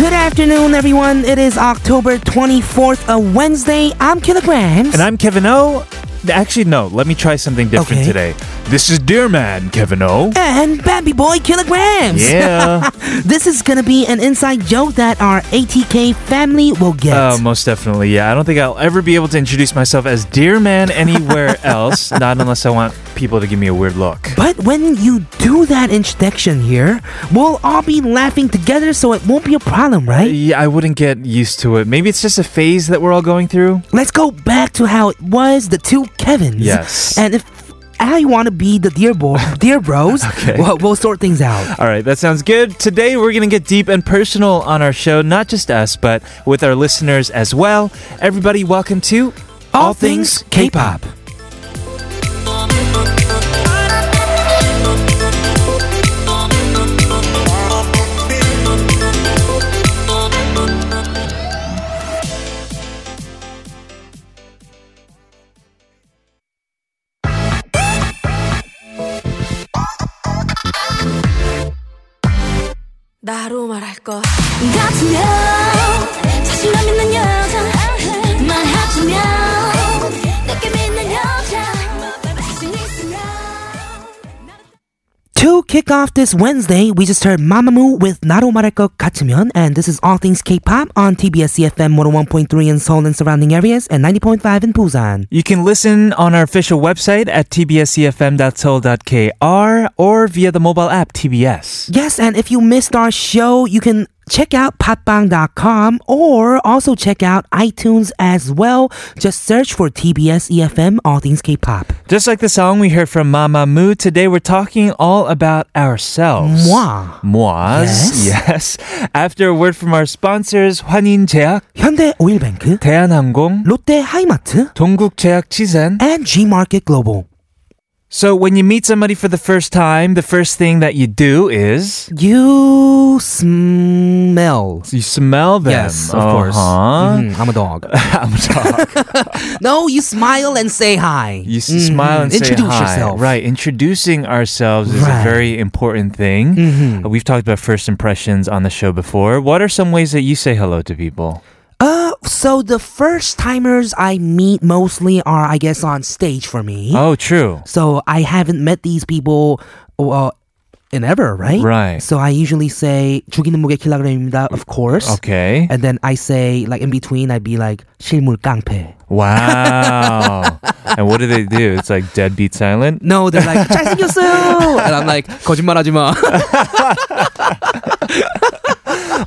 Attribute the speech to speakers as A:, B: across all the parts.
A: afternoon, everyone. It is October 24th, a Wednesday. I'm Kilograms.
B: And I'm Kevin O. Actually, no, let me try something different
A: Okay.
B: today. This is Dear Man, Kevin O.
A: and Baby Boy Kilograms.
B: Yeah.
A: this is gonna be an inside joke that our ATK family will get.
B: Uh, most definitely, yeah. I don't think I'll ever be able to introduce myself as Dear Man anywhere else, not unless I want people to give me a weird look.
A: but when you do that introduction here, we'll all be laughing together, so it won't be a problem, right?
B: Yeah, I wouldn't get used to it. Maybe it's just a phase that we're all going through.
A: Let's go back to how it was the two Kevins.
B: Yes.
A: And if I want to be the dear boy, dear bros,
B: Okay.
A: we'll, we'll sort things out.
B: All right, that sounds good. Today, we're going to get deep and personal on our show, not just us, but with our listeners as well. Everybody, welcome to
A: All Things K-Pop.
C: 나로 말할 것 같으면 자신감 있는 여자 말해주면 내게 믿는 여자 자신 있으면
A: To kick off this Wednesday, we just heard Mamamoo with 나로 말할 것 같으면, and this is All Things K-Pop on TBS CFM 101.3 in Seoul and surrounding areas, and 90.5 in Busan.
B: You can listen on our official website at tbscfm.seoul.kr or via the mobile app TBS.
A: Yes, and if you missed our show, you can check out patbang.com or also check out iTunes as well. Just search for TBS EFM All Things K-Pop.
B: Just like the song we heard from Mama Moo, today we're talking all about ourselves.
A: Moi.
B: Mois. Yes. After a word from our sponsors, 환인제약,
A: 현대 오일뱅크,
B: 대한항공,
A: 롯데 하이마트,
B: 동국제약 치산.
A: and Gmarket Global.
B: So when you meet somebody for the first time, the first thing that you do is
A: You smell.
B: you smell them.
A: Yes, of course.
B: Uh-huh.
A: Mhm, I'm a dog.
B: I'm sorry.
A: no, you smile and say hi.
B: You s smile and
A: Mhm. Introduce
B: say hi.
A: yourself.
B: Right, introducing ourselves is
A: Right. Mm-hmm.
B: a very important thing. Uh, We've talked about first impressions on the show before. What are some ways that you say hello to people?
A: Uh, so the first timers I meet mostly are, I guess, on stage for me.
B: Oh, true.
A: So I haven't met these people well in ever, right?
B: Right.
A: So I usually say 죽이는 무게 킬로그램입니다, of course.
B: Okay.
A: And then I say like in between I'd be like 실물 깡패.
B: Wow. and what do they do? It's like deadbeat silent.
A: No, they're like 잘생겼어요. and I'm like 거짓말하지 마.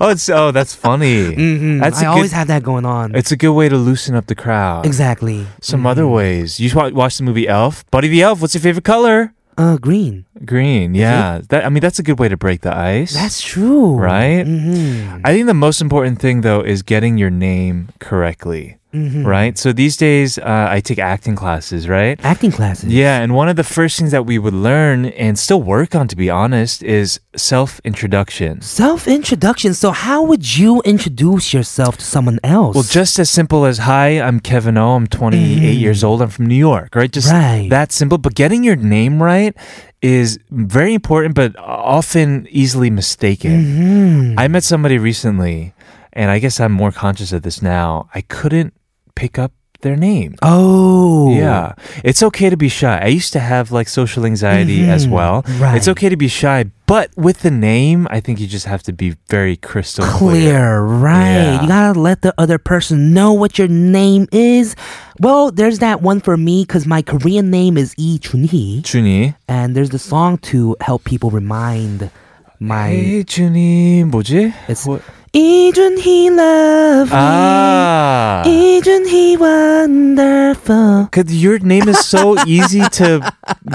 B: Oh, it's oh, that's funny.
A: Mhm.
B: That's
A: I
B: a
A: always
B: good,
A: have that going on.
B: It's a good way to loosen up the crowd.
A: exactly.
B: Some other
A: mm-hmm.
B: ways. You wa- watch the movie Elf. Buddy the Elf. What's your favorite color?
A: Uh, green.
B: Green. Yeah. That I mean, that's a good way to break the ice.
A: That's true.
B: right.
A: hmm
B: I think the most important thing, though, is getting your name correctly, right? So these days, uh, I take acting classes, right?
A: Acting classes.
B: Yeah, and one of the first things that we would learn and still work on, to be honest, is self introduction.
A: Self introduction. So, how would you introduce yourself to someone else?
B: Well, just as simple as hi, I'm Kevin O. I'm 28 years old. I'm from New York, right? Just
A: Right.
B: that simple. But getting your name right is very important, but often easily mistaken.
A: Hmm.
B: I met somebody recently, and I guess I'm more conscious of this now. I couldn't pick up their name.
A: Oh.
B: Yeah, it's okay to be shy. I used to have like social anxiety as well.
A: Mm-hmm. Right.
B: It's okay to be shy, but with the name, I think you just have to be very crystal clear.
A: Clear, right?
B: Yeah.
A: You gotta let the other person know what your name is. Well, there's that one for me because my Korean name is Lee Chunhee,
B: 준이.
A: and there's the song to help people remind my
B: 이준이 뭐지?
A: It's- E
B: 뭐-
A: Lee Junhee love
B: Ah.
A: me,
B: 아.
A: Lee Junhee wonderful.
B: Cause Ah. your name is so easy to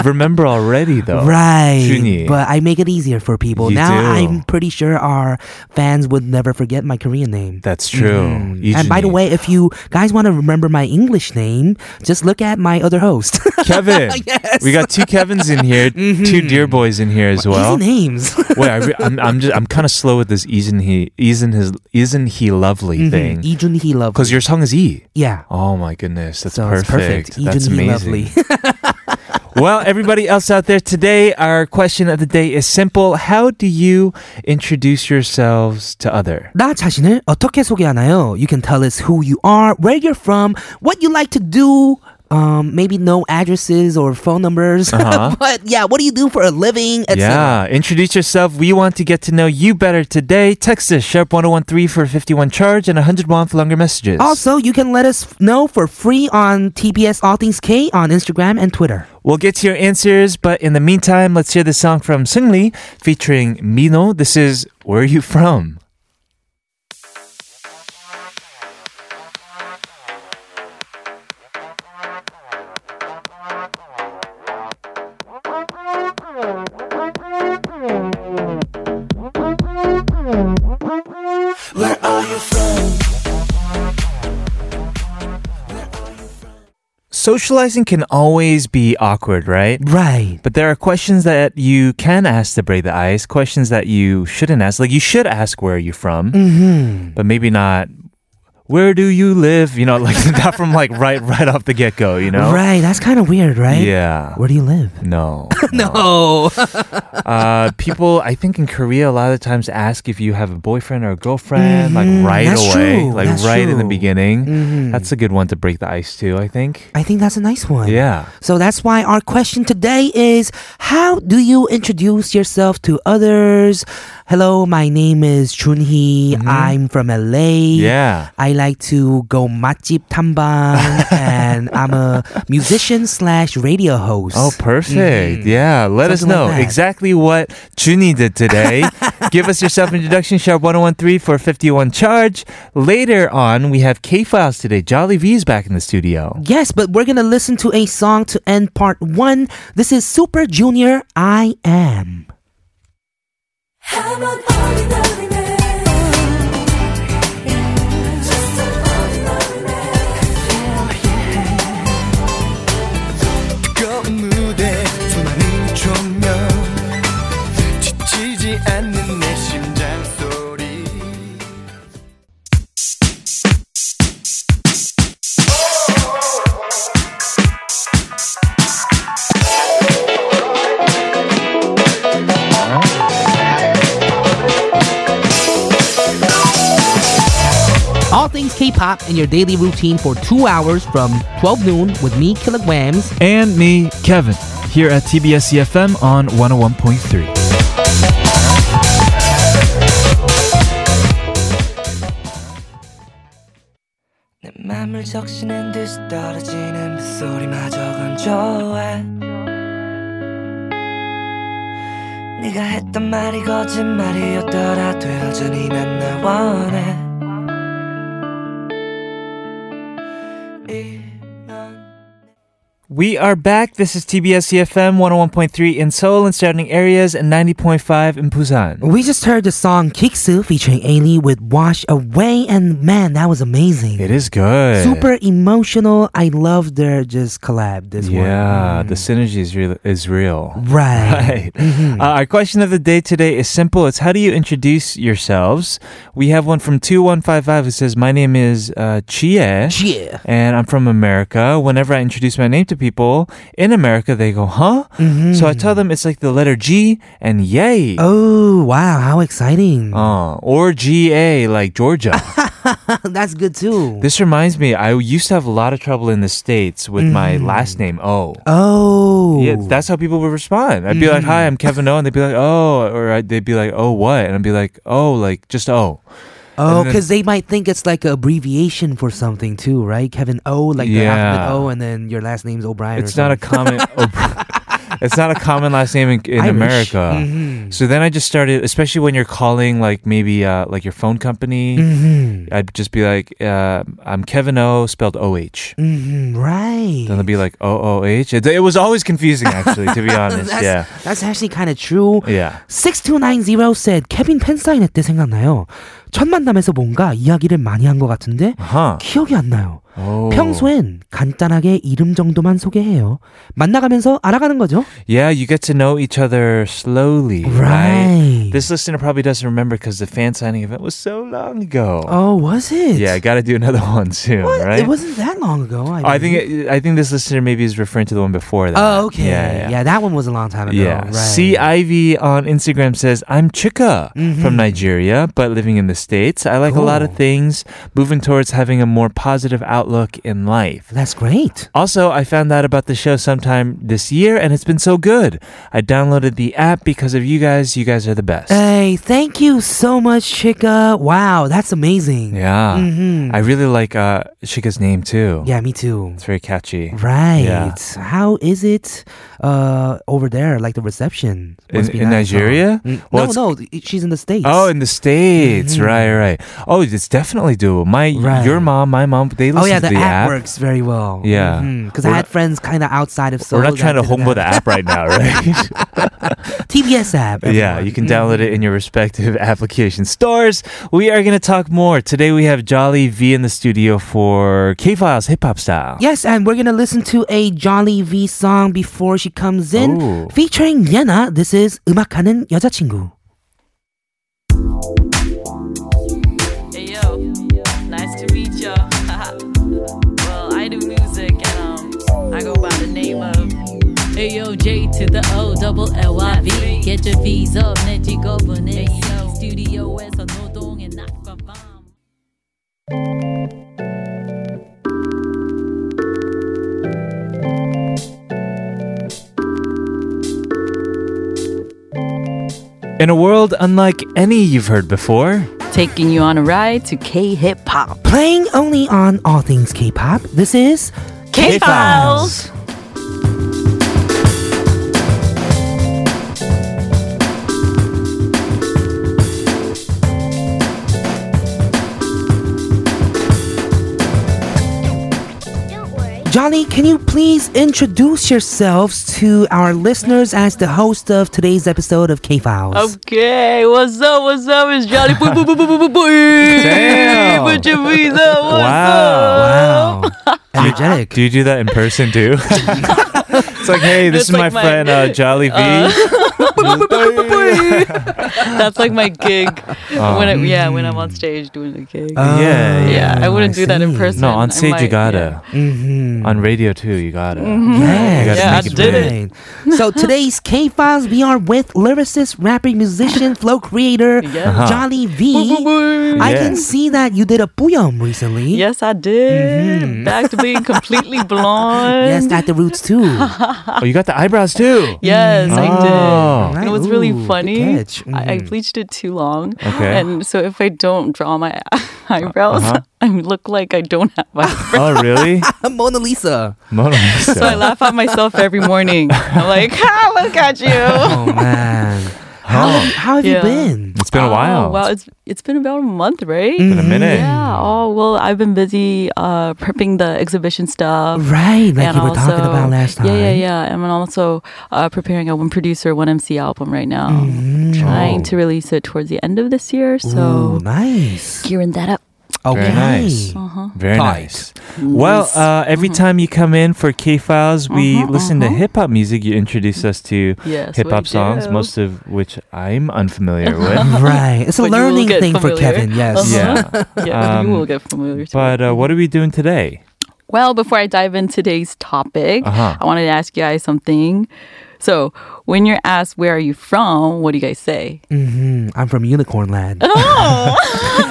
B: remember already, though.
A: Right.
B: Junhee.
A: But I make it easier for people.
B: You
A: now
B: do.
A: I'm pretty sure our fans would never forget my Korean name. Mm.
B: That's true.
A: Mm-hmm. and by the
B: 이준이.
A: way, if you guys want to remember my English name, just look at my other host.
B: Kevin.
A: Yes. Mm-hmm.
B: We got two Kevins in here, two dear boys in here as well.
A: Easy names.
B: Wait, I re- I'm, I'm just I'm kind of slow with this. Isn't he? Isn't his? Isn't he lovely
A: Mm-hmm.
B: thing?
A: Lee Junhee love.
B: Because your song is E.
A: yeah.
B: Oh my goodness, that's
A: So it's perfect.
B: perfect.
A: Lee
B: That's
A: Junhee
B: amazing.
A: lovely.
B: well, everybody else out there, today our question of the day is simple. How do you introduce yourselves to other?
A: 나 자신을 어떻게 소개하나요? You can tell us who you are, where you're from, what you like to do. Um, maybe no addresses or phone numbers.
B: Uh-huh.
A: but yeah, what do you do for a living? etc.
B: Yeah, introduce yourself. We want to get to know you better today. Text us sharp 1013 for 51 charge and 100 won for longer messages.
A: Also, you can let us know for free on TBS All Things K on Instagram and Twitter.
B: We'll get to your answers, but in the meantime, let's hear the song from Sung Lee featuring Mino. This is Where Are You From? Socializing can always be awkward, right?
A: Right.
B: But there are questions that you can ask to break the ice, questions that you shouldn't ask. Like you should ask where are you from,
A: Mm-hmm.
B: but maybe not where do you live? You know, like not from like right right off the get go, you know?
A: Right. That's kind of weird, right?
B: Yeah.
A: Where do you live?
B: No.
A: No.
B: Uh, people, I think in Korea, a lot of times ask if you have a boyfriend or a girlfriend,
A: Mhm,
B: like right
A: that's
B: away,
A: true,
B: like
A: that's
B: right in the
A: true.
B: beginning.
A: Mhm.
B: That's a good one to break the ice to, I think.
A: I think that's a nice one.
B: Yeah.
A: So that's why our question today is How do you introduce yourself to others? Hello, my name is Chunhee. I'm from LA.
B: Mm-hmm. Yeah.
A: I like to go matjip tambang, and I'm a musician slash radio host.
B: Oh, perfect. Yeah. Let us
A: Mm-hmm. Something
B: know
A: like that.
B: exactly what Juni did today. Give us your self introduction, sharp 1013 for 51 charge. Later on, we have K Files today. Jolly V's back in the studio.
A: Yes, but we're gonna listen to a song to end part one. This is Super Junior. I am.
C: I'm an ordinary man. Just an ordinary man.
D: 뜨거운 무대 수많은 조명 지치지 않는 내 심장 소리
A: All things K-pop in your daily routine for two hours from 12 noon with me, Kilograms.
B: And me, Kevin, here at TBS EFM E on 101.3.
E: 내 맘을 적시는 듯이 떨어지는 빗소리마저 건조해 네가 했던 말이 거짓말이었더라도 여전히 난 널 원해 이런
B: We are back. This is TBS EFM 101.3 in Seoul and surrounding areas and 90.5 in Busan.
A: We just heard the song Kiksu featuring Ailey with Wash Away, and man, that was amazing.
B: It is good.
A: Super emotional. I love their just collab. This
B: Yeah,
A: one.
B: the synergy is real. Is real.
A: Right.
B: Right. Uh, our question of the day today is simple. It's how do you introduce yourselves? We have one from 2155 who says, My name is uh, Chie.
A: Yeah.
B: and I'm from America. Whenever I introduce my name to people in America, they go, huh? So I tell them it's like the letter G and yay.
A: Oh, wow. How exciting.
B: Uh, or GA, like Georgia.
A: That's good too.
B: this reminds me, I used to have a lot of trouble in the States with my last name, O.
A: oh.
B: Yeah, that's how people would respond. I'd be like, "Hi, I'm Kevin O," and they'd be like, "Oh," or I, they'd be like, "Oh, what?" And I'd be like, "Oh, like just
A: oh,
B: O." and then-
A: because they might think it's like an abbreviation for something too, right? Kevin O, like the
B: Yeah.
A: alphabet O, and then your last name's O'Brien.
B: It's not a common. it's not a common last name in, in
A: Irish.
B: America.
A: Mm-hmm.
B: So then I just started, especially when you're calling, like maybe uh, like your phone company.
A: Mm. Mm-hmm.
B: I'd just be like, uh, "I'm Kevin O," spelled O H.
A: a Mm-hmm. right.
B: Then they'll be like, "O O H." It, it was always confusing, actually, to be honest.
A: that's,
B: yeah,
A: that's actually kind of true.
B: yeah.
A: 6290 said, 케빈 팬 사인회 때 생각나요. 첫 만남에서 뭔가 이야기를 많이 한 것 같은데
B: 아하.
A: 기억이 안 나요.
B: 오.
A: 평소엔 간단하게 이름 정도만 소개해요. 만나가면서 알아가는 거죠.
B: Yeah, you get to know each other slowly, right?
A: Right.
B: This listener probably doesn't remember because the fan signing event was so long ago.
A: Oh, was it?
B: Yeah, I got to do another one soon,
A: What?
B: right?
A: It wasn't that long ago. I,
B: Oh, I
A: believe.
B: think it, I think this listener maybe is referring to the one before that.
A: Oh, okay.
B: Yeah, yeah.
A: that one was a long time ago.
B: Yeah.
A: Right.
B: See, Ivy on Instagram says, I'm Chika from Nigeria, but living in the States. I like a lot of
A: Mm-hmm. Cool.
B: things, moving towards having a more positive outlook in life.
A: That's great.
B: Also, I found out about the show sometime this year, and it's been so good. I downloaded the app because of you guys. You guys are the best.
A: Hey, thank you so much, Chica. Wow, that's amazing.
B: yeah.
A: Mhm.
B: I really like uh, Chika's name, too.
A: Yeah, me too.
B: It's very catchy.
A: Right.
B: Yeah.
A: How is it uh, over there? Like the reception
B: In,
A: Must be
B: in
A: nice, huh?
B: Nigeria?
A: Mm,
B: Well, it's
A: no, no, it- she's in the states.
B: Oh, in the states, right, right. Oh, it's definitely doable. My,
A: Mm-hmm. Right.
B: your mom, my mom, they listen
A: oh yeah,
B: to
A: the,
B: the
A: app, works very well.
B: Yeah.
A: because I
B: We're
A: had friends kind of outside of.
B: We're
A: Seoul
B: not trying to
A: that didn't
B: humble the
A: have-
B: app right now, right?
A: TBS app.
B: yeah,
A: everyone.
B: you can
A: Mm.
B: download it in your respective application stores. We are going to talk more. Today we have Jolly V in the studio for K Files Hip Hop Style.
A: Yes, and we're gonna listen to a Jolly V song before she comes in,
B: Ooh.
A: featuring Yena. This is 음악하는 여자친구.
F: Hey yo, nice to meet y'all. well, I do music and um, I go by the name of
G: Hey yo, J to the O, double L Y V. Get your V's up, 내지 거부네. 스튜디오에서 노동의 낮과 밤.
B: In a world unlike any you've heard before,
F: taking you on a ride to K hip hop.
A: Playing only on all things K-pop. This is
F: K-Files.
A: Johnny, can you please introduce yourselves to our listeners as the host of today's episode of K Files?
F: Okay, what's up? What's up? It's Jolly. Boo boo boo boo boo boo boo.
B: Damn.
F: Put your V's up. What's up?
A: wow. Energetic.
B: do you do that in person too? it's like, hey, this
F: It's
B: is my
F: like my-
B: friend uh, Jolly V.
F: That's like my gig. when I, yeah, when I'm on stage doing the gig.
B: Uh, yeah,
F: yeah, I wouldn't do that in person.
B: no, on
F: I
B: stage you
F: might, yeah.
B: gotta.
A: Mm-hmm.
B: On radio too, you gotta.
F: Mm-hmm.
A: Yes.
B: You gotta
F: Yeah, I
B: make it
F: did
B: big.
F: it.
A: Right. so today's K Files, we are with lyricist, rapper, musician, flow creator
F: Yeah.
B: Uh-huh.
A: Jolly V. I
B: Yeah.
A: can see that you did a puyum recently.
F: Yes, I did. Back to being completely blonde.
A: Yes, at the roots too.
B: Oh, you got the eyebrows too.
F: Yes, I did.
B: Oh.
A: Right,
F: It was really
A: ooh, good
F: funny.
A: catch.
F: I, I
A: Mhm.
F: bleached it too long.
B: Okay.
F: And so if I don't draw my eyebrows,
B: Uh-huh.
F: I look like I don't have eyebrows.
B: Oh, really?
A: Mona Lisa.
B: Mona Lisa.
F: so I laugh at myself every morning. I'm like, ah, look at you.
A: Oh man. How, how have
F: Yeah.
A: you been?
B: It's been a while.
F: Oh, wow, it's it's been about a month, right?
A: Mm.
B: It's been a minute.
F: Yeah. Oh well, I've been busy uh, prepping the exhibition stuff.
A: Right, like
F: and
A: you were
F: also,
A: talking about last time.
F: Yeah, yeah, yeah. And I'm also uh, preparing a one producer, one MC album right now. Trying
B: Oh.
F: to release it towards the end of this year.
A: Mm. Ooh,
F: So
A: nice.
F: gearing that up.
A: Okay.
B: Very Oh, nice. Very
A: Tight.
B: nice. Well, uh, every
F: Mm-hmm.
B: time you come in for K Files, we listen to hip hop music. You introduce us to
F: Yes,
B: hip hop
F: we
B: songs,
F: do.
B: most of which I'm unfamiliar with.
F: Uh-huh.
A: Right. It's a
F: But you will
A: learning
F: get
A: thing for
F: familiar. Uh-huh.
A: Kevin, yes.
B: yeah.
F: Yeah,
B: Um,
F: you will get familiar. To
B: But
F: it.
B: uh, what are we doing today?
F: well, before I dive into today's topic,
B: Uh-huh.
F: I wanted to ask you guys something. So, when you're asked where are you from, what do you guys say?
A: hmm I'm from Unicorn Land.
F: Oh,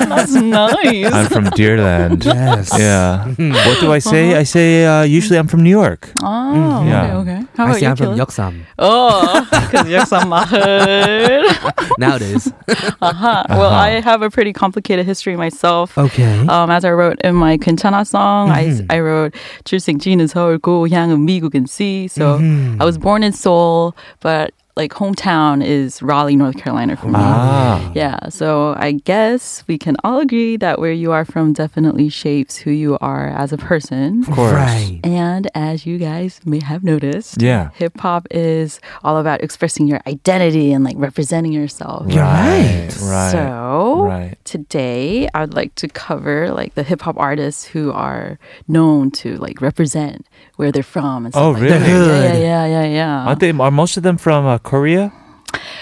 F: that's nice.
B: I'm from Deerland.
A: yes.
B: Yeah. What do I say? I say uh, usually I'm from New York.
F: Oh,
B: Yeah.
F: okay, okay. How
A: I
F: about
A: see
F: you?
A: I'm from
F: Killa?
A: Yoksam
F: Oh, because Yuck's on my hood.
A: nowadays.
F: Uh-huh. Well, I have a pretty complicated history myself.
A: Okay.
F: Um, as I wrote in my Quintana song, I, I wrote 출생지는 서울 고향은 미국은 C. So I was born in Seoul, but like hometown is Raleigh, North Carolina for me.
B: Ah.
F: Yeah, so I guess we can all agree that where you are from definitely shapes who you are as a person.
B: Of course.
A: Right.
F: And as you guys may have noticed,
B: Yeah.
F: hip hop is all about expressing your identity and like representing yourself.
A: You're right.
B: Right.
F: So
B: Right.
F: today I would like to cover like the hip hop artists who are known to like represent where they're from and stuff
B: Oh,
F: like
B: really?
F: that. Yeah, yeah, yeah, yeah. yeah.
B: Aren't they, are most of them from uh, Korea?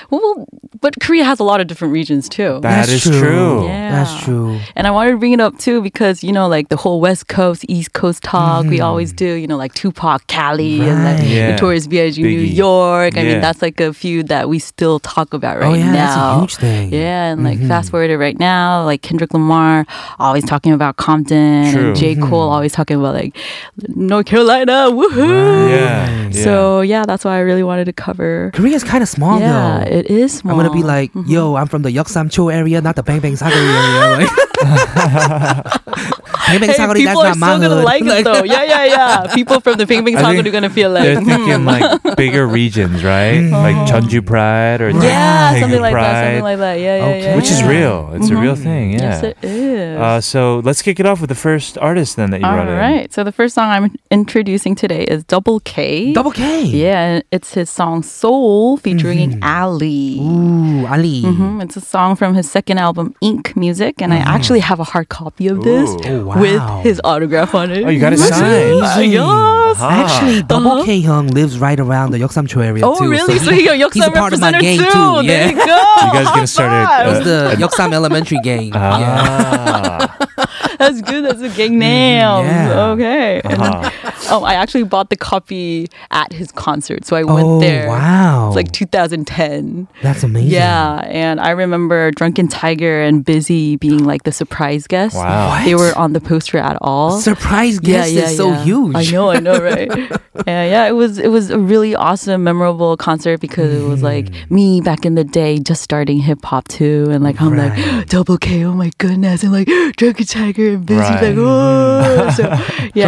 F: Well, but Korea has a lot of different regions too.
B: That is true.
F: Yeah.
A: That's true.
F: And I wanted to bring it up too because you know, like the whole West Coast, East Coast talk we always do. You know, like Tupac, Cali, and like
A: Mm-hmm. Right.
B: Yeah.
F: Notorious B.I.G. New
B: Biggie.
F: York. I mean,
B: Yeah.
F: that's like a feud that we still talk about right
A: oh yeah, that's a
F: now.
A: huge thing. Mm-hmm.
F: Yeah, and like fast forward to right now, like Kendrick Lamar always talking about Compton,
B: True.
F: and J.
A: Mm-hmm.
F: Cole always talking about like North Carolina, woohoo!
B: Yeah.
F: So yeah, that's why I really wanted to cover.
A: Korea's kind of small
F: yeah,
A: though.
F: it is small.
A: I'm gonna be like,
F: mm-hmm.
A: yo, I'm from the Yeoksamcho area, not the Bang Bang Sagari area. Like, Bang Bang
F: Hey,
A: Sagari, that's
F: people
A: not
F: are
A: my
F: still gonna
A: hood.
F: like it though. Yeah, yeah, yeah. People from the Ping Ping
B: I
F: Song
B: think
F: are gonna feel Hmm.
B: They're
F: like, Mm-hmm.
B: thinking like bigger regions, right? Like Jeonju Pride or
F: yeah,
B: Daegu
F: something like that, something
B: Pride,
F: like that. Yeah, yeah, yeah.
B: which is
F: yeah.
B: real. It's a real thing. Yeah.
F: Yes, it is.
B: Uh, so let's kick it off with the first artist then that you
F: All
B: brought in.
F: right. So the first song I'm introducing today is Double K.
A: Double K. Mm-hmm.
F: Yeah, and it's his song Soul featuring Ali.
A: Ooh, Ali.
F: Mhm, It's a song from his second album, Ink Music, and I actually have a hard copy of this
A: Oh, Mm. wow.
F: with his autograph on it.
B: Oh, you got it signed.
F: Uh, yes.
B: Huh.
A: Actually, Double K Hyung lives right around the Yeoksamcho area
F: uh-huh. Oh,
A: too.
F: really? So, he, Yoksam
A: he's a part of my gang
F: representative too.
A: too.
F: There you
A: Yeah,
F: go.
B: You guys gonna start
F: High
B: a,
A: it
B: uh,
A: was the Yoksam Elementary gang.
F: Uh-huh.
A: Yeah.
B: Ah.
F: That's good. That's a gang name.
A: yeah.
F: Okay.
A: Uh-huh.
F: And then-
B: Ah.
F: oh, I actually bought the copy at his concert, so I went
A: oh
F: there.
A: wow,
F: It's like 2010.
A: that's amazing.
F: Yeah, and I remember Drunken Tiger and Busy being like the surprise guests.
B: Wow.
A: What?
F: They were on the poster at all.
A: surprise
F: Yeah,
A: guest
F: yeah,
A: is so
F: yeah.
A: huge.
F: I know, I know, right? yeah, yeah. It was it was a really awesome, memorable concert because it was like
A: Mm.
F: me back in the day, just starting hip hop too, and like I'm
A: Right.
F: like Double K, oh my goodness, and like Drunken Tiger and Busy,
B: Right.
F: like oh, so, yeah,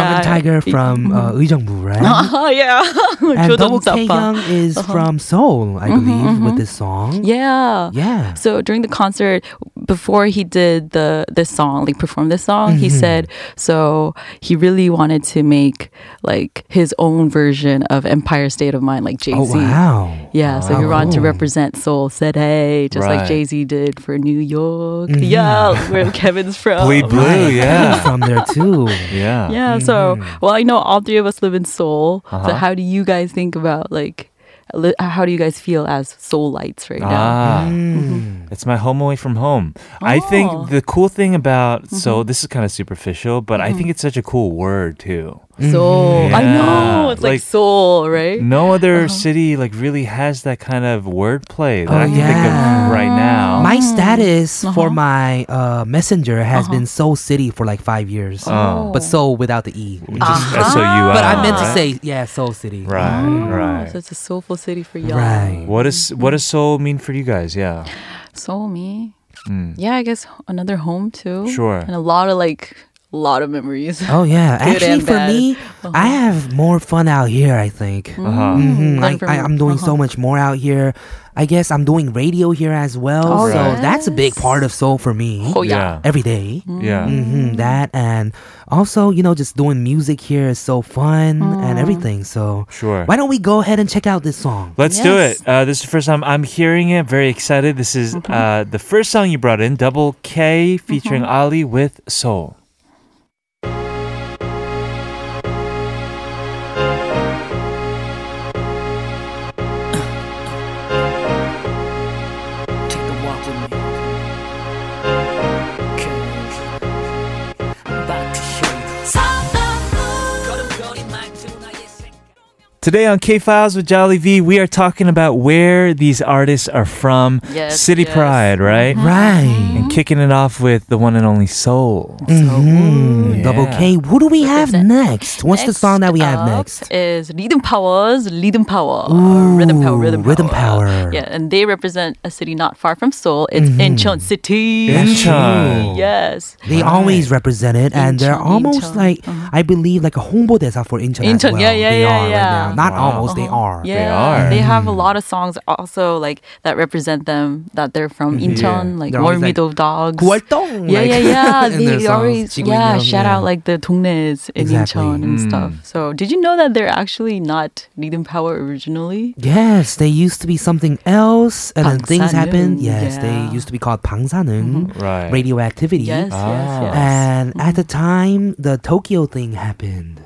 F: Mm-hmm.
A: Drunken Tiger from uh, 의정부, right?
F: Oh yeah,
A: and Double K
F: Jordan Zappa. Uh-huh. Mm-hmm,
A: Young is from Seoul, I believe, with this song.
F: Yeah.
A: Yeah.
F: So during the concert, before he did the this song, like performed this song,
B: Mm-hmm.
F: he said so he really wanted to make like his own version of Empire State of Mind, like Jay Z.
A: Oh wow.
F: Yeah, so he wanted to represent Seoul, said hey, just like
B: Right. Mm-hmm.
F: Jay Z did for New York. Yeah, where Kevin's from.
B: Bleed blue,
A: Right.
B: yeah.
A: from there too.
B: Yeah.
F: Yeah, so
B: Mm-hmm.
F: well, I know all three of us live in Seoul.
B: Uh-huh.
F: So how do you guys think about like, li- how do you guys feel as Soulites right now?
B: Ah,
A: Mm.
B: it's my home away from home. I
A: Oh.
B: think the cool thing about so
A: Mm-hmm.
B: this is kind of superficial, but I think it's such a cool word too.
F: Seoul, I know
B: Mm-hmm. Yeah,
F: it's like,
B: like-
F: Seoul, right?
B: No other city like really has that kind of wordplay that
A: Uh-huh. Oh,
B: I can think
A: yeah.
B: of right
F: Oh.
B: now.
A: My status
F: Uh-huh.
A: for my uh, messenger has been Seoul City for like five years,
B: Oh.
A: but Seoul without the e. Which is-
B: S O U L,
A: But I meant to
B: right?
A: say Oh. yeah, Seoul City.
B: Right,
F: So
B: right.
F: it's a soulful city for y'all.
A: Right.
B: What is what does
A: Mm-hmm.
B: soul mean for you guys? Yeah.
F: Seoul, me.
A: Mm.
F: Yeah, I guess another home too.
B: Sure.
F: And a lot of like, a lot of memories.
A: Oh yeah,
F: Good
A: actually
F: and
A: for
F: bad.
A: me, I have more fun out here. I think.
B: Uh-huh.
A: Mhm,
F: Fun
A: Like
F: for
A: I,
F: me. Uh-huh.
A: I'm doing so much more out here. I guess I'm doing radio here as well.
F: Oh,
A: so
F: Right.
A: that's a big part of soul for me.
F: Oh yeah.
A: Every day.
B: Yeah.
A: Mhm,
F: Mm-hmm.
A: that and also you know just doing music here is so fun and everything. So
B: Sure.
A: why don't we go ahead and check out this song?
B: Let's do
F: Yes.
B: it. Uh, this is the first time I'm hearing it. Very excited. This is
A: Mm-hmm.
B: uh, the first song you brought in, Double K featuring
A: Mm-hmm.
B: Ali with Soul.
E: Take a walk with me. 'Cause I'm about to show you.
B: Today on K Files with Jolly V, we are talking about where these artists are from.
F: Yes,
B: City
F: yes. Mm-hmm.
B: Pride, right?
A: Right.
B: And kicking it off with the one and only Soul.
F: Oh,
A: Mhm,
B: Yeah.
A: Double K. Who do we have next? What's the song that we have
F: up
A: next?
F: Is Rhythm Powers, Rhythm Power,
A: Ooh,
F: Rhythm Power, Rhythm Power.
A: Rhythm Power. Mm-hmm.
F: Yeah, and they represent a city not far from Seoul. It's Incheon City.
B: Incheon.
F: Yes.
A: They always represent it, and they're
F: Incheon,
A: almost
F: Incheon.
A: like I believe like a homeboy that's out for Incheon. as
F: Incheon,
A: well.
F: yeah, yeah,
A: they
F: yeah,
A: are
F: yeah. Uh-huh.
A: Right now. Not
B: Wow.
A: almost, they are. Mm-hmm.
F: Yeah,
B: are.
F: they have a lot of songs also like that represent them that they're from Incheon,
A: Mm-hmm.
F: like
A: They're always, like,
F: Mormido Dogs.
A: 구활동,
F: Yeah,
A: like,
F: yeah, yeah.
A: in their
F: they
A: songs,
F: always
A: 지구
F: yeah
A: 인형,
F: shout
A: yeah.
F: out like the 동네s in
A: Exactly. Mm.
F: Incheon and stuff. So did you know that they're actually not Needham Power originally?
A: Yes, they used to be something else, and then things
F: 방사능,
A: happened. Yes,
F: yeah. Mm-hmm.
A: they used to be called 방사능,
B: Right.
A: radioactivity.
F: Yes, Mm-hmm. yes, yes.
A: Ah. And at the time, the Tokyo thing happened.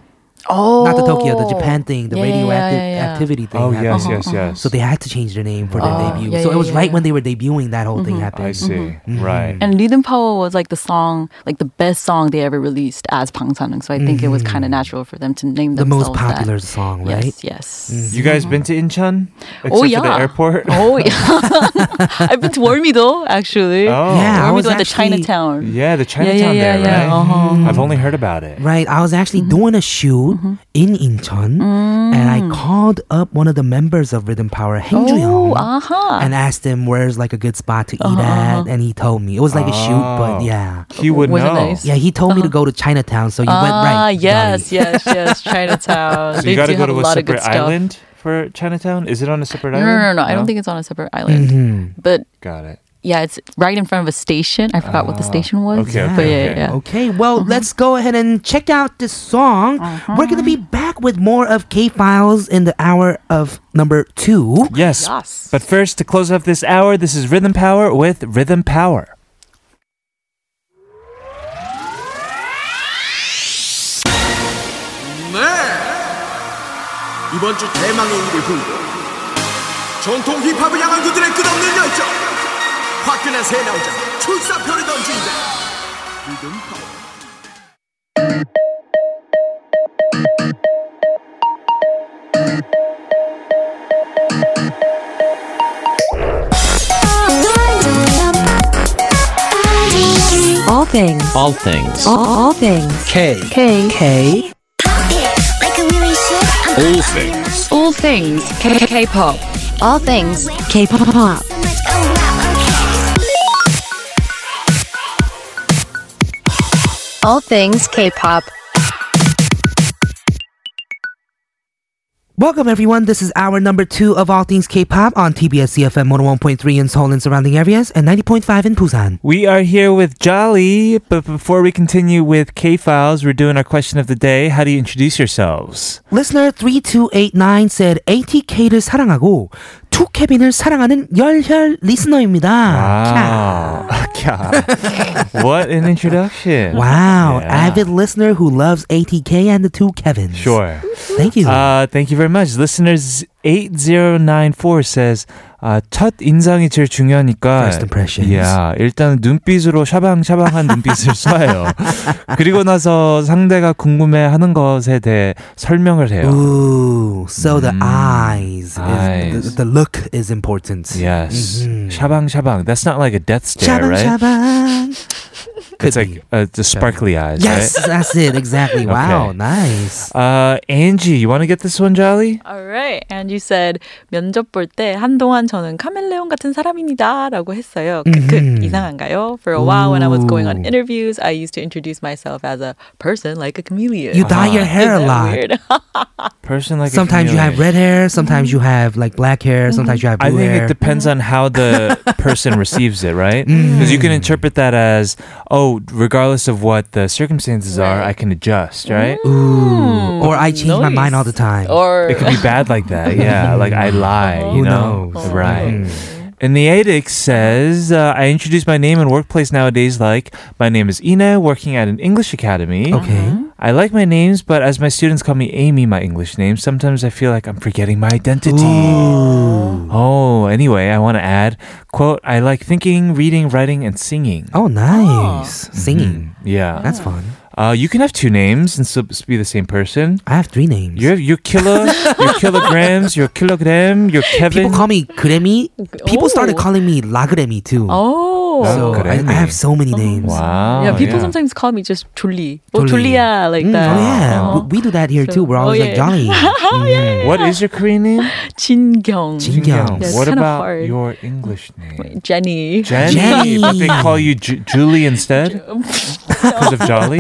F: oh,
A: Not the Tokyo, the Japan thing, the
F: Yeah, yeah, yeah,
A: radioactive
F: yeah, yeah.
A: activity thing.
B: Oh
A: happened.
B: yes, yes, yes.
A: So they had to change their name for their
B: Oh,
A: debut.
F: yeah,
A: so it
F: yeah,
A: was
F: yeah,
A: right
F: yeah. Mm-hmm.
A: when they were debuting that whole thing happened.
B: I see.
A: Mm-hmm.
B: Right.
F: And Needham Power was like the song, like the best song they ever released as Pangsanung. So I think it was kind of natural for them to name
A: Mm-hmm. The most
F: themselves that.
A: popular song, right? Mm.
F: Yes, yes.
B: you
A: mm-hmm.
B: guys been to Incheon? Except
F: Oh,
B: for the
F: yeah.
B: airport?
F: Oh yeah, I've been to Wormido actually.
B: Oh.
A: Yeah, I was
F: Wormido at the
A: actually-
F: Chinatown.
B: Yeah, the
F: yeah,
B: Chinatown
F: yeah,
B: there,
F: yeah. Uh-huh.
B: right? I've only heard about it.
A: Right, I was actually
F: Mm-hmm.
A: doing a shoot in Incheon, and I called up one of the members of Rhythm Power, Heng
F: Mm. Oh,
A: Joo
F: uh huh.
A: and asked him where's like a good spot to eat
F: Uh-huh,
A: at, and he told me it was like a shoot, but yeah,
B: He would
F: Was it
B: know.
F: nice?
A: yeah, he told me to go to Chinatown, so you went
F: Uh-huh. Ah,
A: right.
F: yes, yes, yes. Chinatown.
B: So
F: they
B: you got to
F: do
B: go
F: have
B: to
F: a
B: a
F: lot of
B: separate
F: good stuff.
B: island for Chinatown? Is it on a separate
F: No, no,
B: island?
F: no, no. I don't think it's on a separate island. But
B: Got it.
F: yeah, it's right in front of a station. I forgot what the station was.
B: okay,
F: but
B: okay,
F: yeah,
B: okay.
F: yeah. Uh-huh.
A: Okay, well, let's go ahead and check out this song. We're gonna be back with more of K Files in the hour of number two.
B: Yes.
F: Yes.
B: But first, to close off this hour, this is Rhythm Power with Rhythm Power.
H: 네. 이번 주 대망의 일을 불고 전통 힙합을 향한 그들의 끝없는 열정 화끈한 새 나오자 출사표를 던진다 리듬 파워
I: All things. All things. All, all things.
J: K.
I: K. K.
J: All things.
I: All things. K. K. Pop. All things. K. Pop. All things K. Pop.
A: Welcome everyone. This is hour number two of All Things K-pop on TBS CFM 101.3 in Seoul and surrounding areas and 90.5 in Busan.
B: We are here with Jolly, but before we continue with K Files, we're doing our question of the day. How do you introduce yourselves?
A: Listener 3289 said ATK를 사랑하고 투케빈을 사랑하는 열혈 리스너입니다.
B: Wow. Ah, what an introduction.
A: 캬. Wow,
B: Yeah.
A: avid listener who loves ATK and the two Kevins.
B: Sure.
A: Thank you.
B: Uh, thank you very much. Listeners 8094 says 아, 첫 인상이 제일 중요하니까
A: First impressions.
B: yeah, 일단 눈빛으로 샤방샤방한 눈빛을 쏴요. 그리고 나서 상대가 궁금해하는 것에 대해 설명을 해요.
A: Ooh, so the
B: Mm.
A: eyes, Is,
B: Eyes.
A: the, the look is important.
B: Yes.
A: Mhm.
B: 샤방샤방. That's not like a death stare,
A: Shabang,
B: right?
A: shabang.
B: It's like uh, the sparkly eyes,
A: Yes,
B: right?
A: that's it. Exactly. Wow,
B: Okay.
A: nice.
B: Uh, Angie, you want to get this one, Jolly?
F: Alright, and you said 면접 볼 때 한동안 저는 카멜레온 같은 사람입니다라고 했어요. 크크 이상한가요? For a while when I was going on
A: Ooh.
F: interviews, I used to introduce myself as a person like a chameleon.
A: You dye
B: uh,
A: your hair a
F: Isn't that
A: lot.
F: weird?
B: Person like a
A: Sometimes you have red
B: chameleon.
A: hair, sometimes you have like black hair, sometimes you have blue
B: Mm-hmm. I think
A: hair.
B: it depends on how the person receives it, right? Because you can interpret that as, oh, regardless of what the circumstances are, I can adjust, right?
A: Ooh, or I change my mind all the time.
F: nice. or
B: It could be bad like that, yeah. Like I lie, you
A: Who
B: know,
A: knows? Hmm.
B: right? And the Adix says, uh, I introduce my name in workplace nowadays like, my name is Ina, working at an English academy.
A: Okay.
B: I like my names, but as my students call me Amy, my English name, sometimes I feel like I'm forgetting my identity. Oh, anyway, I want to add, quote, I like thinking, reading, writing, and singing. Hmm,
A: Oh, nice.
F: Mm-hmm.
A: Singing.
B: Yeah.
A: That's fun.
B: Uh, you can have two names and still be the same person.
A: I have three names.
B: You have your killer, your kilograms, your kilogram, your Kevin.
A: People call me Kuremi. People started
F: Oh.
A: calling me Lagremi too.
F: oh Oh.
B: So
A: So I,
B: 그래.
A: I have so many names.
B: Wow.
F: yeah, people sometimes call me just Chuli or
A: Chuli.
F: Chulia like
A: Mm,
F: that.
A: Oh yeah,
F: Uh-huh.
A: we, we do that here too.
F: So-
A: We're
F: oh,
A: always
F: yeah.
A: like Johnny. Mm.
B: What is your Korean name?
F: Jingyung.
A: Jin- Jingyung.
F: Yeah, it's
B: what
F: kinda
B: about
F: hard.
B: your English name?
F: Jenny.
B: Jenny.
A: Jenny.
B: But they call you Ju- Julie instead because of Jolly.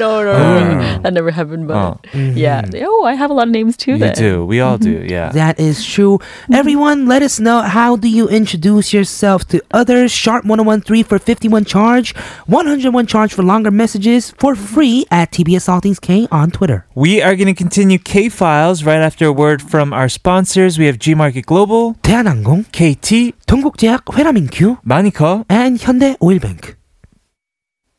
F: no, no, no, no, no. that never happened. But
B: Oh.
F: yeah, oh, I have a lot of names too.
B: You
F: then.
B: do. We all do. Yeah.
A: That is true.
F: Mm-hmm.
A: Everyone, let us know how do you introduce yourself to others. Sharp 1013 for 51 charge, 101 charge for longer messages for free at TBS All Things K on Twitter.
B: We are going to continue K Files right after a word from our sponsors. We have G Market Global,
A: 대한항공,
B: KT,
A: 동국제약 회라민큐,
B: Manico.
A: and Hyundai Oilbank.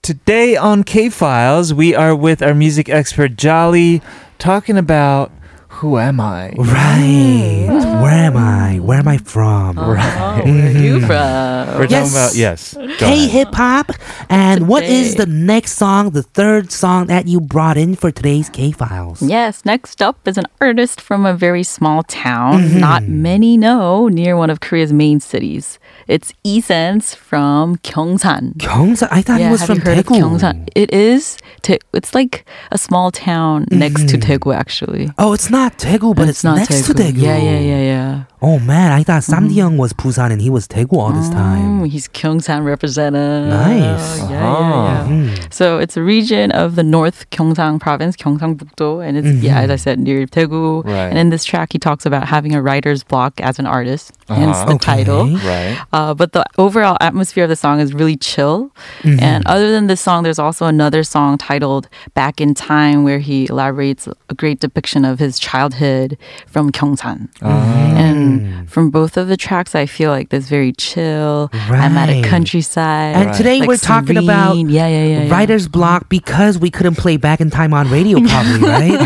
B: Today on K Files, we are with our music expert Jolly talking about who am I?
A: Right. Where am I? Where am I from?
F: Oh, where are you from?
B: We're
A: Yes.
B: talking about yes. Go
A: Hey
B: ahead.
A: hip hop, and what is the
F: Today.
A: next song, the third song that you brought in for today's K Files?
F: Yes, next up is an artist from a very small town, not many know, near one of Korea's main cities. It's Esense from Gyeongsan.
A: Gyeongsan? I thought he was
F: have
A: from
F: you heard
A: Daegu.
F: of Gyeongsan? It is. Dae- It's like a small town next to Daegu, actually.
A: Oh, it's not Daegu, Mm-hmm. but it's, next to Daegu.
F: Yeah, yeah, yeah, Mm-hmm. yeah.
A: Oh man, I thought Sam Young was Busan and he was Daegu all this time.
F: Mm, he's Gyeongsan representative.
A: Nice. Uh-huh. Mm.
F: Yeah, yeah, yeah. So it's a region of the North Gyeongsang Province, Gyeongsangbuk-do, and it's yeah,
A: Mm-hmm.
F: as I said, near Daegu.
B: Right.
F: And in this track, he talks about having a writer's block as an artist, hence
A: Uh-huh.
F: the
A: Okay.
F: title.
B: Right.
F: Uh, but the overall atmosphere of the song is really chill. And other than this song, there's also another song titled Back in Time, where he elaborates a great depiction of his childhood from Gyeongsan. And from both of the tracks, I feel like there's very chill. I'm at a
A: Right.
F: countryside.
A: And today
F: like
A: we're talking about
F: serene. yeah, yeah, yeah, yeah.
A: Writer's block because we couldn't play back in time on radio, probably, right?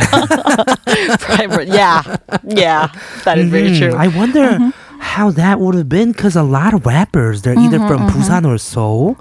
F: Primer- yeah, yeah, that is very
A: Hmm,
F: true.
A: I wonder
F: Mm-hmm.
A: how that would have been because a lot of rappers, they're
F: Mm-hmm,
A: either from Busan or Seoul.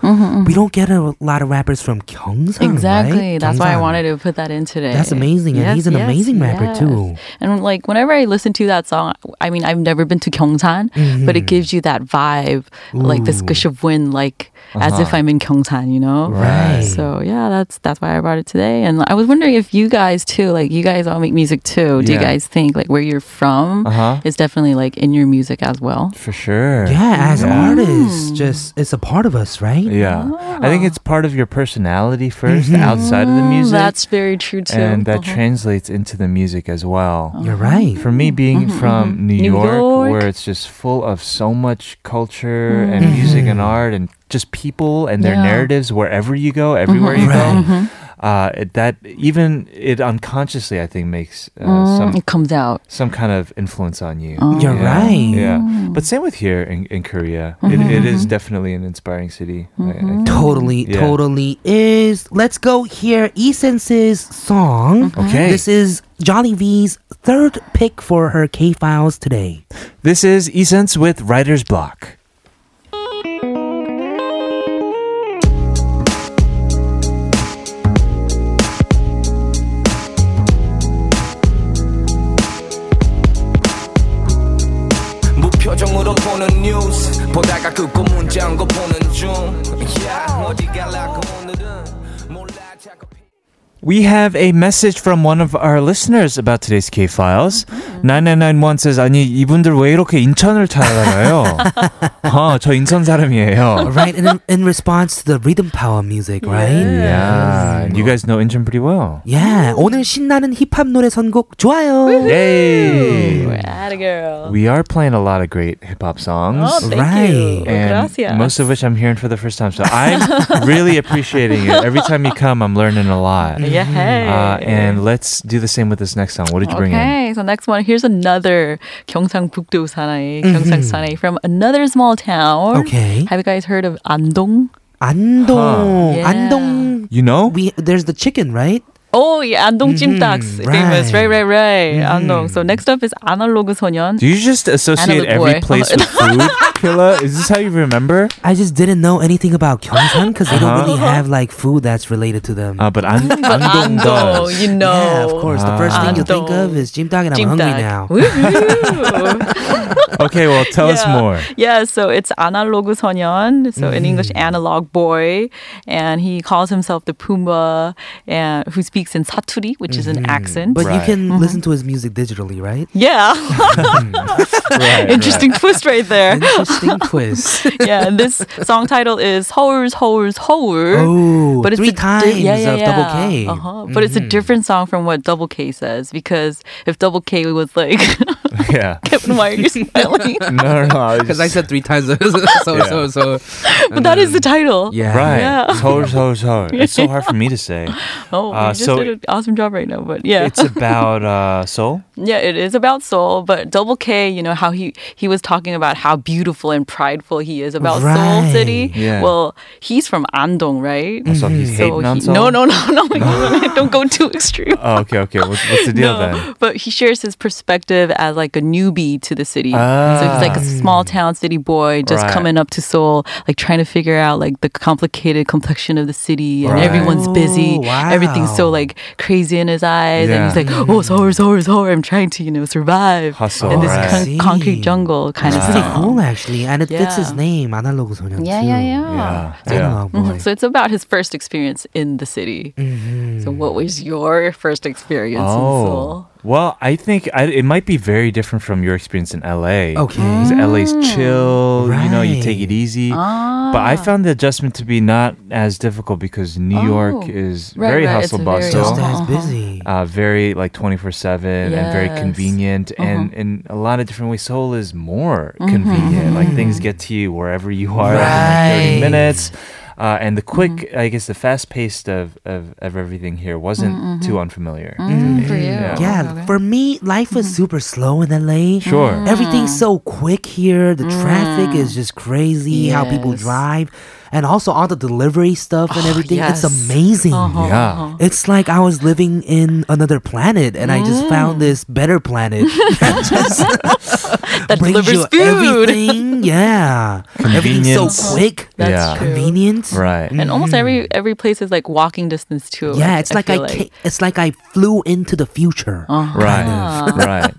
A: We don't get a lot of rappers from Gyeongsang.
F: Exactly.
A: right?
F: That's why I
A: Gyeongsang.
F: wanted to put that in today.
A: That's amazing, and he's an amazing rapper, too.
F: And like whenever I listen to that song, I mean I've never been to Gyeongsan, but
A: Mm-hmm.
F: it gives you that vibe, like this gush of wind, like as
B: Uh-huh.
F: if I'm in Gyeongsan, you know?
A: Right.
F: So yeah, that's that's why I brought it today. And I was wondering if you guys too, like you guys all make music too. Do you
B: Yeah.
F: guys think like where you're from
B: Uh-huh.
F: is definitely like in your music as well?
B: For sure.
A: Yeah, as artists, just it's a part of us, right?
B: Yeah. I think it's part of your personality 1st
A: Mm-hmm.
B: outside of the music.
F: Mm, That's very true too.
B: and that
F: Uh-huh.
B: translates into the music as well.
A: You're right.
F: Mm-hmm.
B: For me, being
A: Mm-hmm,
B: from New,
F: New
B: York,
F: York.
B: where it's just full of so much culture and
A: Mm-hmm.
B: music and
F: Mm-hmm.
B: art and just people and their
F: Yeah.
B: narratives wherever you go, everywhere you
A: Mm-hmm, Right.
B: go,
F: Mm-hmm.
B: uh, it- that even it unconsciously, I think, makes uh, some
A: Mm,
F: it comes out.
B: some kind of influence on you.
F: Oh.
A: You're
B: Yeah,
A: right.
B: Yeah, but same with here in, in Korea. It, it
F: Mm-hmm.
B: is definitely an inspiring city. I- I think.
A: Totally,
B: Yeah.
A: totally is. Let's go hear Essence's song.
F: Mm-hmm.
B: Okay.
A: This is Jolly V's third pick for her K Files today.
B: This is Essence with Writer's Block.
D: 무표정으로 보는 뉴스 보다가 긋고 문자한 거 보는 중 yeah, 어디 갈라고 오늘은 몰라 자꾸
B: We have a message from one of our listeners about today's K Files.
F: Mm-hmm.
B: 9991 says 아니 이분들 왜 이렇게 인천을 찾아가요? 아, 저 인천 사람이에요.
A: Right? and in, in response to the rhythm power music, right?
B: Yeah, you guys know Incheon pretty well.
A: Yeah. 예, 오늘 신나는 힙합 노래 선곡 좋아요.
B: Yay!
F: Atta girl.
B: We are playing a lot of great hip hop songs.
F: Oh, thank
A: Right.
F: you.
B: and
F: Gracias.
B: most of which I'm hearing for the first time, so I'm really appreciating it. Every time you come, I'm learning a lot.
F: yeah, hey.
B: Uh, and let's do the same with this next song. What did you bring in?
F: okay, so next one. Here's another 경상북도 사나이,
B: Mm-hmm.
F: 경상 사나이 from another small town.
A: Okay.
F: Have you guys heard of Andong?
A: 안동,
F: Huh.
A: 안동.
B: You know?
A: We there's the chicken, right?
F: Oh, yeah, Andong
B: Mm-hmm.
F: Jimtak's
A: right.
F: famous. Right, right, right. Andong. So next up is Analog 소년.
B: Do you just associate
F: Analog
B: every
F: boy.
B: place with food? Dracula? Is this how you remember?
A: I just didn't know anything about Gyeongsang because they don't really have like food that's related to them.
B: Uh, but I'm Andong
F: Ando,
B: does.
F: Oh, you know.
A: Yeah, of course. the first thing you think
F: Andong.
A: of is Jim Dog, and I'm hungry now.
B: Okay, well, tell us
F: yeah.
B: more.
F: Yeah, so it's Analogu Sonyeon, so
B: Mm-hmm.
F: in English, analog boy, and he calls himself the Puma, and who speaks in Saturi, which is
B: Mm-hmm.
F: an accent.
A: But you
B: Right.
A: can listen to his music digitally, right?
F: yeah,
B: Right,
F: interesting twist right there.
A: Interesting twist.
F: yeah, and this song title is Hours, Hours, Hours.
A: Oh,
F: but it's
A: three
F: a
A: times
F: di- yeah, yeah,
A: of
F: yeah.
A: Double K. Mm-hmm.
F: Uh-huh. But it's a different song from what Double K says because if Double K was like,
B: right. Yeah.
F: Kevin, why are you smiling?
B: No, no, no.
A: Because I
B: just-
A: said three times. so, so, so,
F: but that is the title.
A: Yeah.
B: Right.
F: Yeah.
B: Tor, tor, tor. It's so hard for me to say.
F: Oh,
B: Uh,
F: you just
B: so
F: did an awesome job right now. But yeah,
B: It's about uh, soul.
F: yeah, it is about soul. But Double K, you know how he he was talking about how beautiful and prideful he is about Seoul City.
A: Right.
B: Yeah.
F: Well, he's from Andong, right?
B: So he's hating on
F: he-
B: soul.
F: no, no, no, no, don't go too extreme.
B: Oh, okay, okay. What's, what's the deal then?
F: But he shares his perspective as like a newbie to the city. So
B: Ah.
F: he's like a small town city boy just
B: Right.
F: coming up to Seoul, like trying to figure out like the complicated complexion of the city and
B: Right.
F: everyone's busy.
A: Oh, wow.
F: Everything's so like crazy in his eyes. And
B: Yeah.
F: he's like, oh, Seoul, Seoul, Seoul. I'm trying to, you know, survive
B: Hustle,
F: in this
B: right.
F: con-
A: See.
F: concrete jungle kind
A: It's
F: of
A: pretty
F: thing.
A: cool, actually. And it fits his
F: Yeah.
A: name, Analog Sonyeon.
F: Yeah,
A: too.
F: yeah, yeah.
B: Yeah. Uh, yeah.
A: Analog boy.
F: Mhm. So it's about his first experience in the city.
A: Mm-hmm.
F: So what was your first experience
B: Oh.
F: in Seoul?
B: Well, I think I, it might be very different from your experience in LA.
A: Okay.
B: Because LA's
F: Mm.
B: chill, you know, you take
A: Right.
B: it easy.
F: Ah.
B: But I found the adjustment to be not as difficult because New
F: Oh.
B: York is
F: Right,
B: very
F: right, it's
B: hustle
F: a very- Uh-huh.
B: bustle.
A: Just
F: Yeah.
A: as busy.
B: Uh, very like 24 7 and very
F: Yes. Uh-huh.
B: convenient and in a lot of different ways seoul is more
F: Mm-hmm.
B: convenient like things get to you wherever you are in like 30
A: Right.
B: minutes uh, and
F: Mm-hmm.
B: the quick i guess the fast paced of, of, of everything here wasn't too unfamiliar
F: Mm-hmm. For you.
A: Yeah, for me, life was
F: Mm-hmm.
A: super slow in LA.
B: Sure.
F: Mm.
A: Everything's so quick here. The traffic is just crazy. How people
F: Yes. Oh,
A: drive, and also all the delivery stuff and everything. It's
F: yes. Uh-huh.
A: amazing.
B: yeah
A: It's like I was living in another planet, and I just
F: Mm.
A: found this better planet that just
F: That
A: brings
F: delivers
A: you
F: food.
A: everything. Yeah, everything's so
B: Convenience.
A: quick,
F: That's
B: Yeah.
F: true.
A: convenient.
B: right
F: And almost every every place is like walking distance too.
A: Mm. Yeah, it's like I,
F: feel
A: ca- it's like I flew into the future.
F: Uh-huh.
B: right right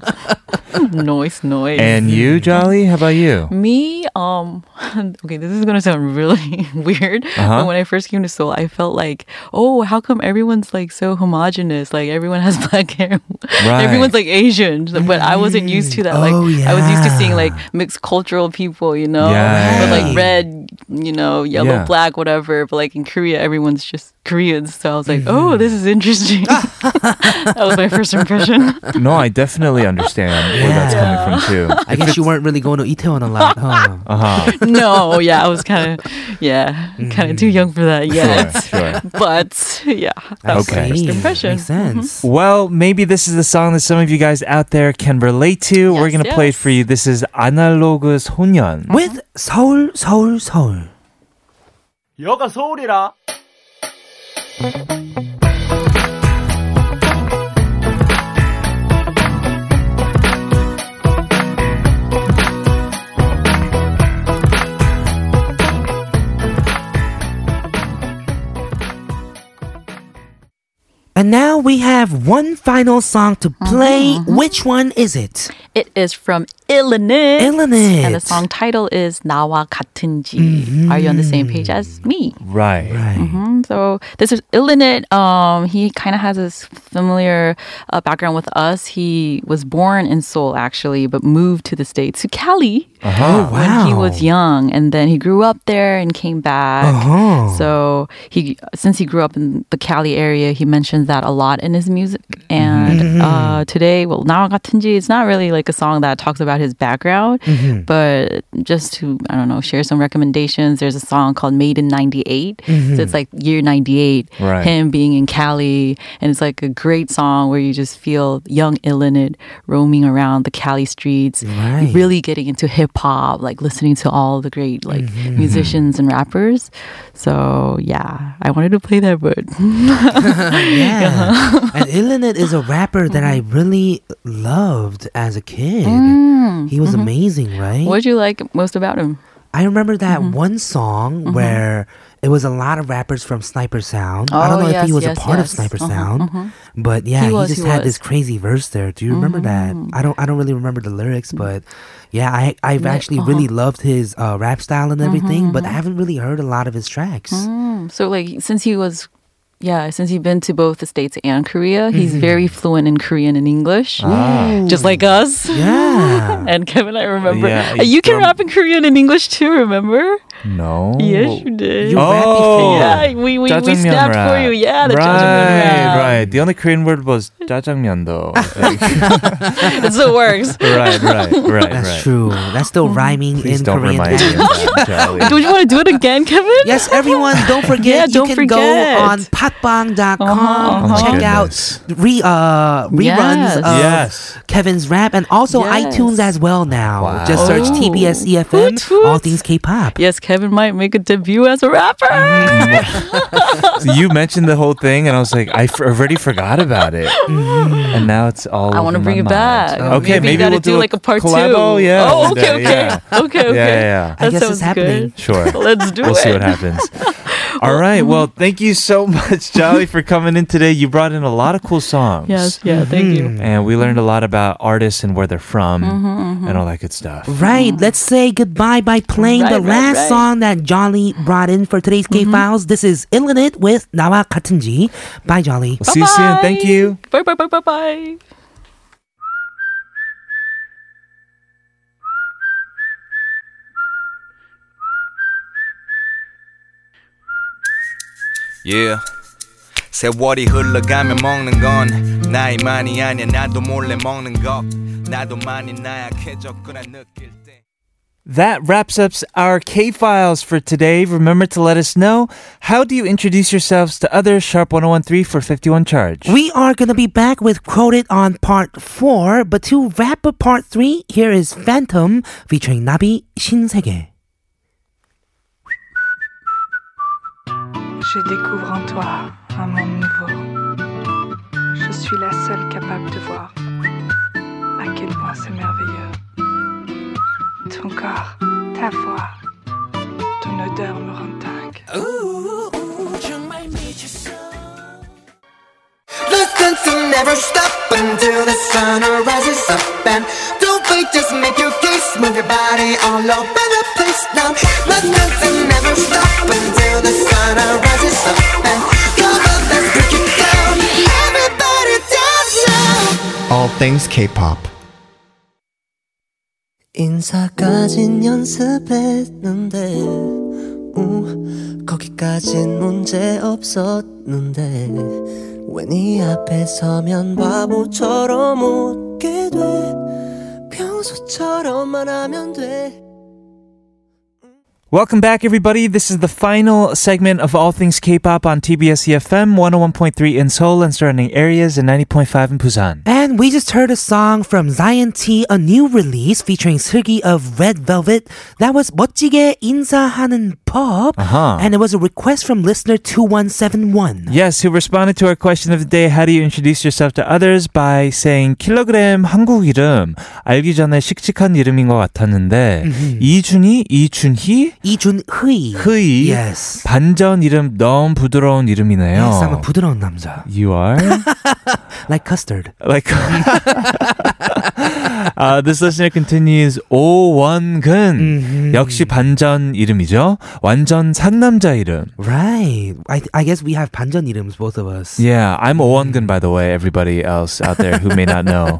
F: noise noise.
B: and you jolly how about you
F: me, um, okay, this is gonna sound really weird,
B: Uh-huh.
F: but when I first came to Seoul, I felt like, oh, how come everyone's like so homogenous? Like everyone has black hair,
B: Right.
F: everyone's like Asian, but I wasn't used to that. Like
A: Oh,
F: I was used to seeing
A: yeah.
F: like mixed cultural people, you know,
B: Yeah,
F: with
A: yeah.
F: like red, you know, yellow,
B: Yeah.
F: black, whatever. But like in Korea, everyone's just Koreans. So I was
B: Mm-hmm.
F: like, oh, this is interesting. that was my first impression.
B: no i definitely understand where that's coming from too
A: I guess you weren't really going to Itaewon a lot, huh?
B: uh-huh
F: no, yeah, I was kind of, yeah, kind of too young for that yet.
B: Mm. sure sure
F: But yeah, that was
B: Okay.
F: my first impression.
A: Makes sense.
B: Well, maybe this is the song that some of you guys out there can relate to. We're going to play it for you. This is Analogue 소년.
A: With Seoul, Seoul, Seoul.
E: 여가 서울이라.
A: And now we have one final song to play. Which one is it?
F: It is from Illinois.
A: Illinois.
F: And the song title is 나와 같은지. Are you on the same page as me?
B: Right.
F: Mhm. So this is Illinois. Um, he kind of has this familiar uh, background with us. He was born in Seoul actually, but moved to the States, to Cali,
A: Oh,
F: when he was young. And then he grew up there and came back.
A: Oh.
F: So he, since he grew up in the Cali area, he mentions that a lot in his music. And uh, today, well, now Gatunji, it's not really like a song that talks about his background, but just to I don't know, share some recommendations. There's a song called "Made in '98," so it's like year '98,
B: Right.
F: him being in Cali, and it's like a great song where you just feel young Illinois roaming around the Cali streets,
A: Right.
F: really getting into hip hop, like listening to all the great like
A: Mm-hmm.
F: musicians and rappers. So yeah, I wanted to play that, but Uh-huh.
A: Yeah. and Illinois is a rapper that I really loved as a kid. He was amazing, right?
F: Mm. Mm-hmm. What Mm-hmm. did you like most about him?
A: I remember that one song where it was a lot of rappers from Sniper Sound. I don't
F: Oh,
A: know if
F: yes,
A: he was
F: yes,
A: a part
F: yes.
A: of Sniper
F: Uh-huh,
A: Sound, but yeah,
F: He
A: he,
F: was,
A: just
F: he
A: had this
F: was. Mm.
A: crazy verse there. Do you remember that? I don't. I don't really remember the lyrics, but yeah, I I've actually
F: uh-huh.
A: really loved his uh, rap style
F: Mm-hmm,
A: and everything, but I haven't really heard a lot of his tracks.
F: Mm, So like since he was yeah, since he's been to both the States and Korea, he's
A: Mm-hmm.
F: very fluent in Korean and English. Just like
A: Ah.
F: us.
A: Yeah.
F: And Kevin, I remember.
B: Yeah,
F: Uh, you
B: from-
F: can rap in Korean and English too, remember?
B: No.
F: Yes, you
A: Oh,
F: did.
A: You rap
B: Oh.
F: yeah, we, we, we
B: Jajangmyeon
F: snapped for
B: rap.
F: you. Yeah, the
B: right,
F: jajangmyeon rap.
B: right. The only Korean word was jajangmyeon, though. Like,
F: That's what works.
B: right, right, right.
A: That's
B: right.
A: true. That's still
F: Oh.
A: rhyming
B: Please
A: in
B: don't
A: Korean.
B: remind me of that, Charlie.
F: Do you want to do it again, Kevin?
A: Yes, everyone, don't forget
F: Yeah,
A: you
F: don't
A: can
F: forget.
A: go on patbang.com,
F: Uh-huh,
B: uh-huh.
A: check
B: Goodness.
A: out re, uh, reruns
F: Yes.
A: of
B: Yes.
A: Kevin's rap and also
F: Yes.
A: iTunes as well now.
B: Wow.
A: Just search
F: Oh.
A: TBS
F: Hoot,
A: EFM,
F: hoot.
A: E all things K-pop.
F: Yes, Kevin might make a debut as a rapper.
B: Mm, So you mentioned the whole thing, and I was like, I f- already forgot about it, and now it's all.
F: Mm-hmm. I want to
B: over my
F: bring it
B: mind.
F: back.
B: Okay, maybe,
F: maybe, you gotta
B: we'll
F: do, like a part
B: collabo,
F: two.
B: Yeah.
F: Oh,
B: one
F: okay,
B: day,
F: okay.
B: yeah.
F: okay, okay.
B: yeah, yeah.
F: That
A: I guess it's
F: sounds
A: happening.
F: good.
B: Sure.
F: Let's do
B: we'll
F: it.
B: see what happens. All right. Well, mm. thank you so much, Jolly, for coming in today. You brought in a lot of cool songs.
F: Yes, yeah, thank you.
B: And we learned a lot about artists and where they're from and all that good stuff.
A: Right, let's say goodbye by playing
F: Right,
A: the
F: right,
A: last
F: right. Mm-hmm.
A: song that Jolly brought in for today's K-Files. This is Illin It with Nawa Katunji. Bye, Jolly.
B: We'll Hmm. see you soon. Thank you.
F: Bye, bye, bye, bye, bye.
D: Yeah. 세월이 흘러가며 먹는 건 나이 많이 아니야 나도 몰래 먹는 것 나도 많이 나약해졌구나 느낄 때
B: That wraps up our K files for today. Remember to let us know how do you introduce yourselves to others? Sharp 1013 for 51 charge.
A: We are going to be back with Quoted on part 4, but to wrap up part 3, here is Phantom featuring Nabi 신세계.
E: Je découvre en toi un monde nouveau. Je suis la seule capable de voir à quel point c'est merveilleux. Ton corps, ta voix, ton odeur me rend dingue.
H: Listen to never stop until the sun rises up and don't wait, just make your case, move your body all over the place now. Listen to never stop until the sun rises up and come on, let's break it down. Everybody dance now. All things K-pop. 인사까진 연습했는데 음, 거기까진 문제 없었는데 왜네 앞에 서면 바보처럼 웃게 돼 평소처럼만 하면 돼
B: Welcome back, everybody. This is the final segment of All Things K-Pop on TBS EFM 101.3 in Seoul and surrounding areas and 90.5 in Busan.
A: And we just heard a song from Zion T, a new release featuring Sergi of Red Velvet. That was 멋지게 인사하는 법.
B: Uh-huh.
A: And it was a request from listener 2171.
B: Yes, who responded to our question of the day, how do you introduce yourself to others by saying 킬로그램 한국 이름 알기 전에 씩씩한 이름인 것 같았는데 이준이, 이준희,
A: 이준휘.
B: 흐이
A: Yes.
B: 반전 이름 너무 부드러운 이름이네요.
A: Yes, I'm a 부드러운 남자.
B: you are?
A: Like custard.
B: Like, uh, this listener continues,
A: 음. Mm-hmm.
B: 오원근. Mm. 역시 반전 이름이죠. 완전 상남자 이름.
A: Right. I, I guess we have 반전 이름s, both of us.
B: Yeah, I'm
A: Mm-hmm.
B: 오원근, by the way, everybody else out there who may not know.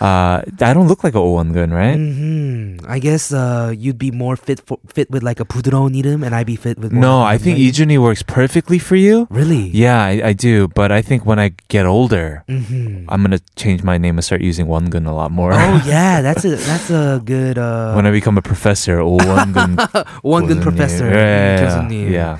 B: Uh, I don't look like a 오원근, right?
A: hmm I guess uh, you'd be more fit for, fit with like a 부드러운 이름, and I'd be fit with more
B: No, I
A: like-
B: think Ijuni works perfectly for you.
A: really.
B: Yeah, I, I do. But I think when I get older,
A: hmm
B: I'm going to change my name and start using 원근 a lot more.
A: Oh yeah, that's a that's a good uh,
B: when I become a professor, 오원근
A: one good
B: 교수님.
A: professor. Mm-hmm.
B: 예,
A: 교수님.
B: yeah.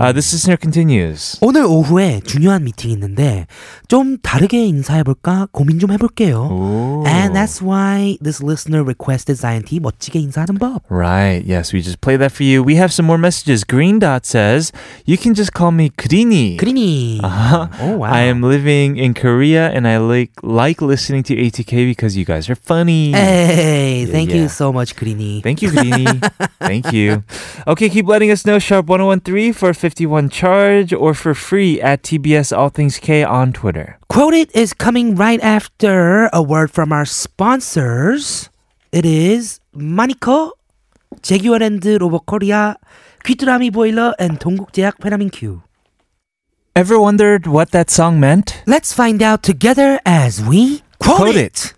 B: Uh, this listener continues.
A: 오늘 오후에 중요한 미팅이 있는데 좀 다르게 인사해볼까 고민 좀 해볼게요.
B: Ooh.
A: Oh, And that's why this listener requested Zion T 멋지게 인사하는 법.
B: Right, yes, we just play that for you. We have some more messages. Green Dot says, You can just call me Greeny.
A: 그리니.
B: Uh-huh.
A: Oh wow.
B: I am living in Korea and I like like listening to ATK because you guys are funny.
A: Hey, thank
B: yeah.
A: you so much, Greeny.
B: Thank you, Greeny. Thank you. Okay, keep letting us know. Sharp 1013 for 51 charge or for free at TBS All Things K on Twitter.
A: Quoted is coming right after a word from our sponsors. It is Manico, 제규어랜드 로봇 코리아, 귀뚜라미 보일러, and 동국제약 페라민 Q.
B: Ever wondered what that song meant?
A: Let's find out together as we quote,
B: Quote
A: it.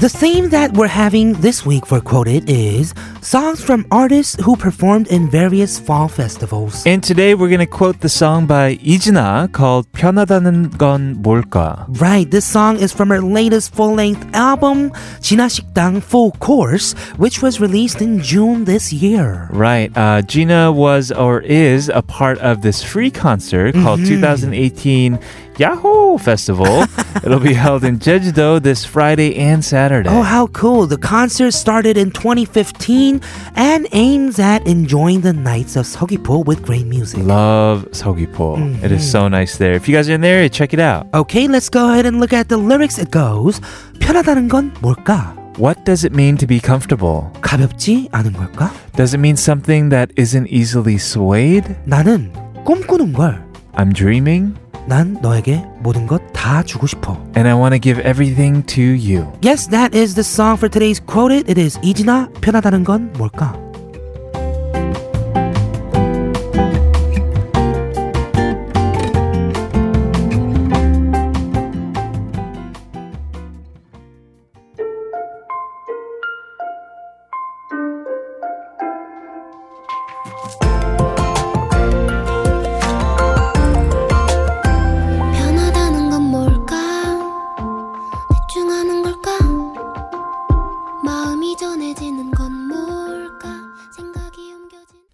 A: The theme that we're having this week for Quoted is songs from artists who performed in various fall festivals.
B: And today we're going to quote the song by Ijina called 편하다는 건 뭘까?
A: Right, this song is from her latest full length album, Jinasikdang Full Course, which was released in June this year.
B: Right. Uh, Gina was or is a part of this free concert called 2018 Yahoo Festival. It'll be held in Jeju-do this Friday and Saturday.
A: Oh, how cool! The concert started in 2015 and aims at enjoying the nights of Seogwipo with great music.
B: Love Seogwipo. It is so nice there. If you guys are in the area, check it out.
A: Okay, let's go ahead and look at the lyrics. It goes, 편하다는 건 뭘까?
B: What does it mean to be comfortable?
A: 가볍지 않은 걸까?
B: Does it mean something that isn't easily swayed?
A: 나는 꿈꾸는 걸.
B: I'm dreaming
A: 난 너에게 모든 것 다 주고 싶어.
B: and I want to give everything to you.
A: Yes, that is the song for today's quoted. It is 이진아 편하다는 건 뭘까?
C: 변하다는 건 뭘까 대충 하는 걸까 마음이 전해지는 건 뭘까 생각이 옮겨지는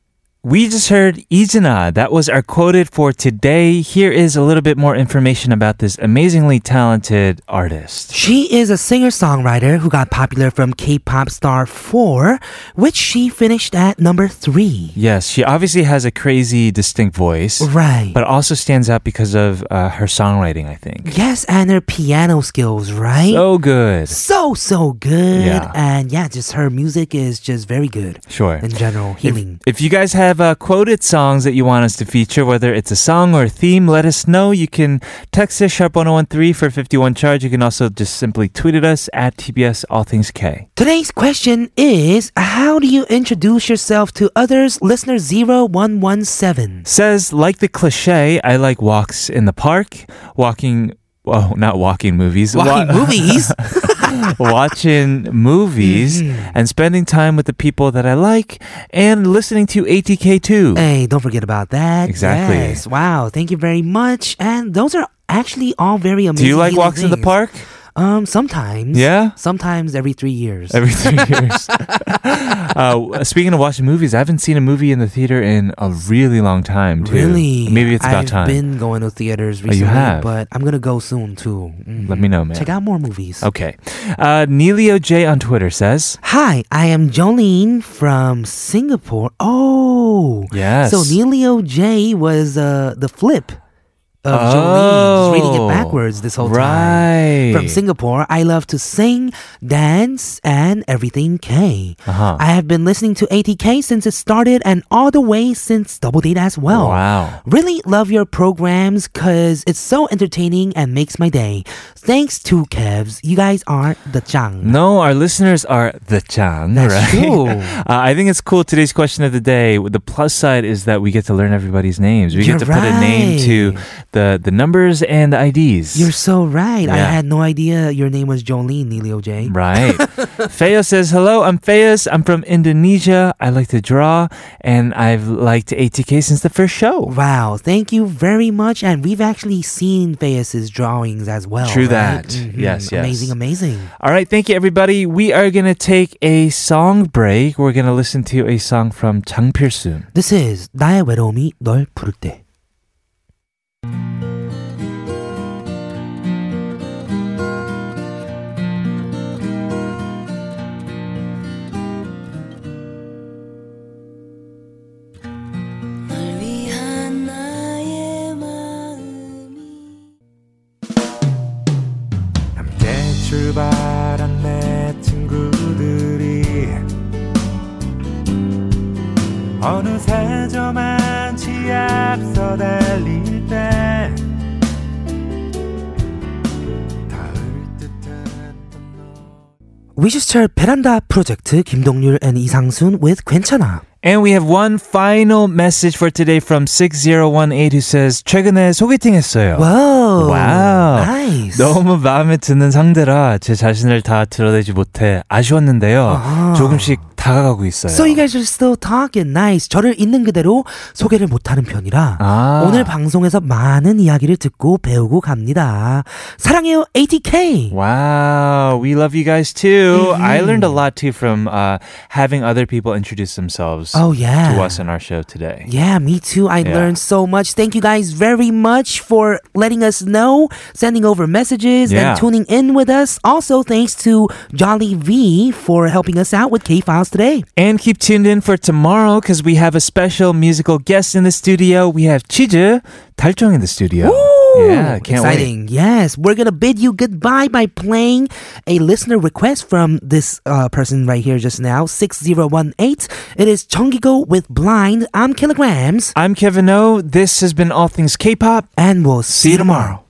B: We just heard Izuna. That was our quoted for today. Here is a little bit more information about this amazingly talented artist.
A: She is a singer songwriter who got popular from K pop star 4, which she finished at number 3.
B: Yes, she obviously has a crazy, distinct voice,
A: Right.
B: but also stands out because of uh, her songwriting, I think.
A: yes, and her piano skills, right?
B: So good.
A: so, so good.
B: Yeah.
A: And yeah, just her music is just very good
B: Sure.
A: in general,
B: If-
A: healing.
B: If, you guys have uh, quoted songs that you want us to feature, whether it's a song or a theme, let us know. You can text us sharp 1013 for 51 charge. You can also just simply tweet at us at TBS All Things K.
A: Today's question is How do you introduce yourself to others? Listener 0117.
B: Says, like the cliche, I like walks in the park, walking, well, not walking movies,
A: Walking
B: wa-
A: movies?
B: watching movies,
A: Mm-hmm.
B: and spending time with the people that I like, and listening to ATK too.
A: Hey, don't forget about that.
B: Exactly.
A: Yes. Wow. Thank you very much. And those are actually all very amazing.
B: Do you like
A: healing
B: walks in the
A: things.
B: park?
A: Um, sometimes.
B: Yeah?
A: Sometimes every three years.
B: Every three years. uh, speaking of watching movies, I haven't seen a movie in the theater in a really long time, too.
A: really?
B: Maybe it's about
A: I've
B: time. Oh,
A: been going to theaters recently,
B: you have?
A: but I'm gonna go soon too. Mhm.
B: Let me know, man.
A: Check out more movies.
B: Okay. Uh, Nelio J on Twitter says,
A: Hi, I am Jolene from Singapore. Oh,
B: Yes.
A: So Neilio J was uh, the flip of Jolene, just reading it
B: Oh,
A: backwards this whole time.
B: right.
A: From Singapore, I love to sing, dance, and everything K.
B: Uh-huh.
A: I have been listening to ATK since it started and all the way since Double Date as well.
B: Wow.
A: Really love your programs because it's so entertaining and makes my day. Thanks to Kevs. You guys are the chang.
B: No, our listeners are the Chan,
A: That's
B: right?
A: true.
B: Uh, I think it's cool. Today's question of the day. The plus side is that we get to learn everybody's names. We
A: You're
B: get to put a name to
A: right.
B: the the numbers and the IDs.
A: You're so right. I
B: Yeah.
A: had no idea your name was Jolene, Neilio J.
B: Right. Feo says, Hello, I'm Feos. I'm from Indonesia. I like to draw, and I've liked ATK since the first show.
A: Wow, thank you very much. And we've actually seen Faius's drawings as well.
B: True
A: right? Mm-hmm.
B: that. Yes, yes.
A: Amazing, amazing.
B: All right, thank you, everybody. We are going to take a song break. We're going to listen to a song from Chang Pearson.
A: This is 나의 외로움이 널 부를 때.
J: 어느새 저만치 앞서 달릴 때 닿을 듯한
A: 위시철 베란다 프로젝트 김동률 and 이상순 with 괜찮아.
B: And we have one final message for today from 6018 who says 최근에 소개팅 했어요.
A: 와우.
B: 와우.
A: 나이스.
B: 너무 마음에 드는 상대라 제 자신을 다 드러내지 못해 아쉬웠는데요.
A: 아하.
B: 조금씩 다가가고 있어요.
A: So you guys are still talking. Nice. 저를 있는 그대로 소개를 못하는 편이라
B: 아.
A: 오늘 방송에서 많은 이야기를 듣고 배우고 갑니다. 사랑해요 ATK.
B: Wow, we love you guys too. I learned a lot too from uh, having other people introduce themselves
A: Oh, yeah.
B: to us in our show today.
A: Yeah, me too. I
B: Yeah.
A: learned so much. Thank you guys very much for letting us know, sending over messages,
B: Yeah.
A: and tuning in with us. Also, thanks to Jolly V for helping us out with K Files today.
B: And keep tuned in for tomorrow because we have a special musical guest in the studio. We have Chiju Talchung in the studio. yeah, can't wait.
A: Exciting. Yes. We're going to bid you goodbye by playing a listener request from this uh, person right here just now, 6018. It is Chongigo with Blind. I'm Kilograms,
B: I'm Kevin O. This has been All Things K-pop.
A: and we'll see,
B: See you tomorrow.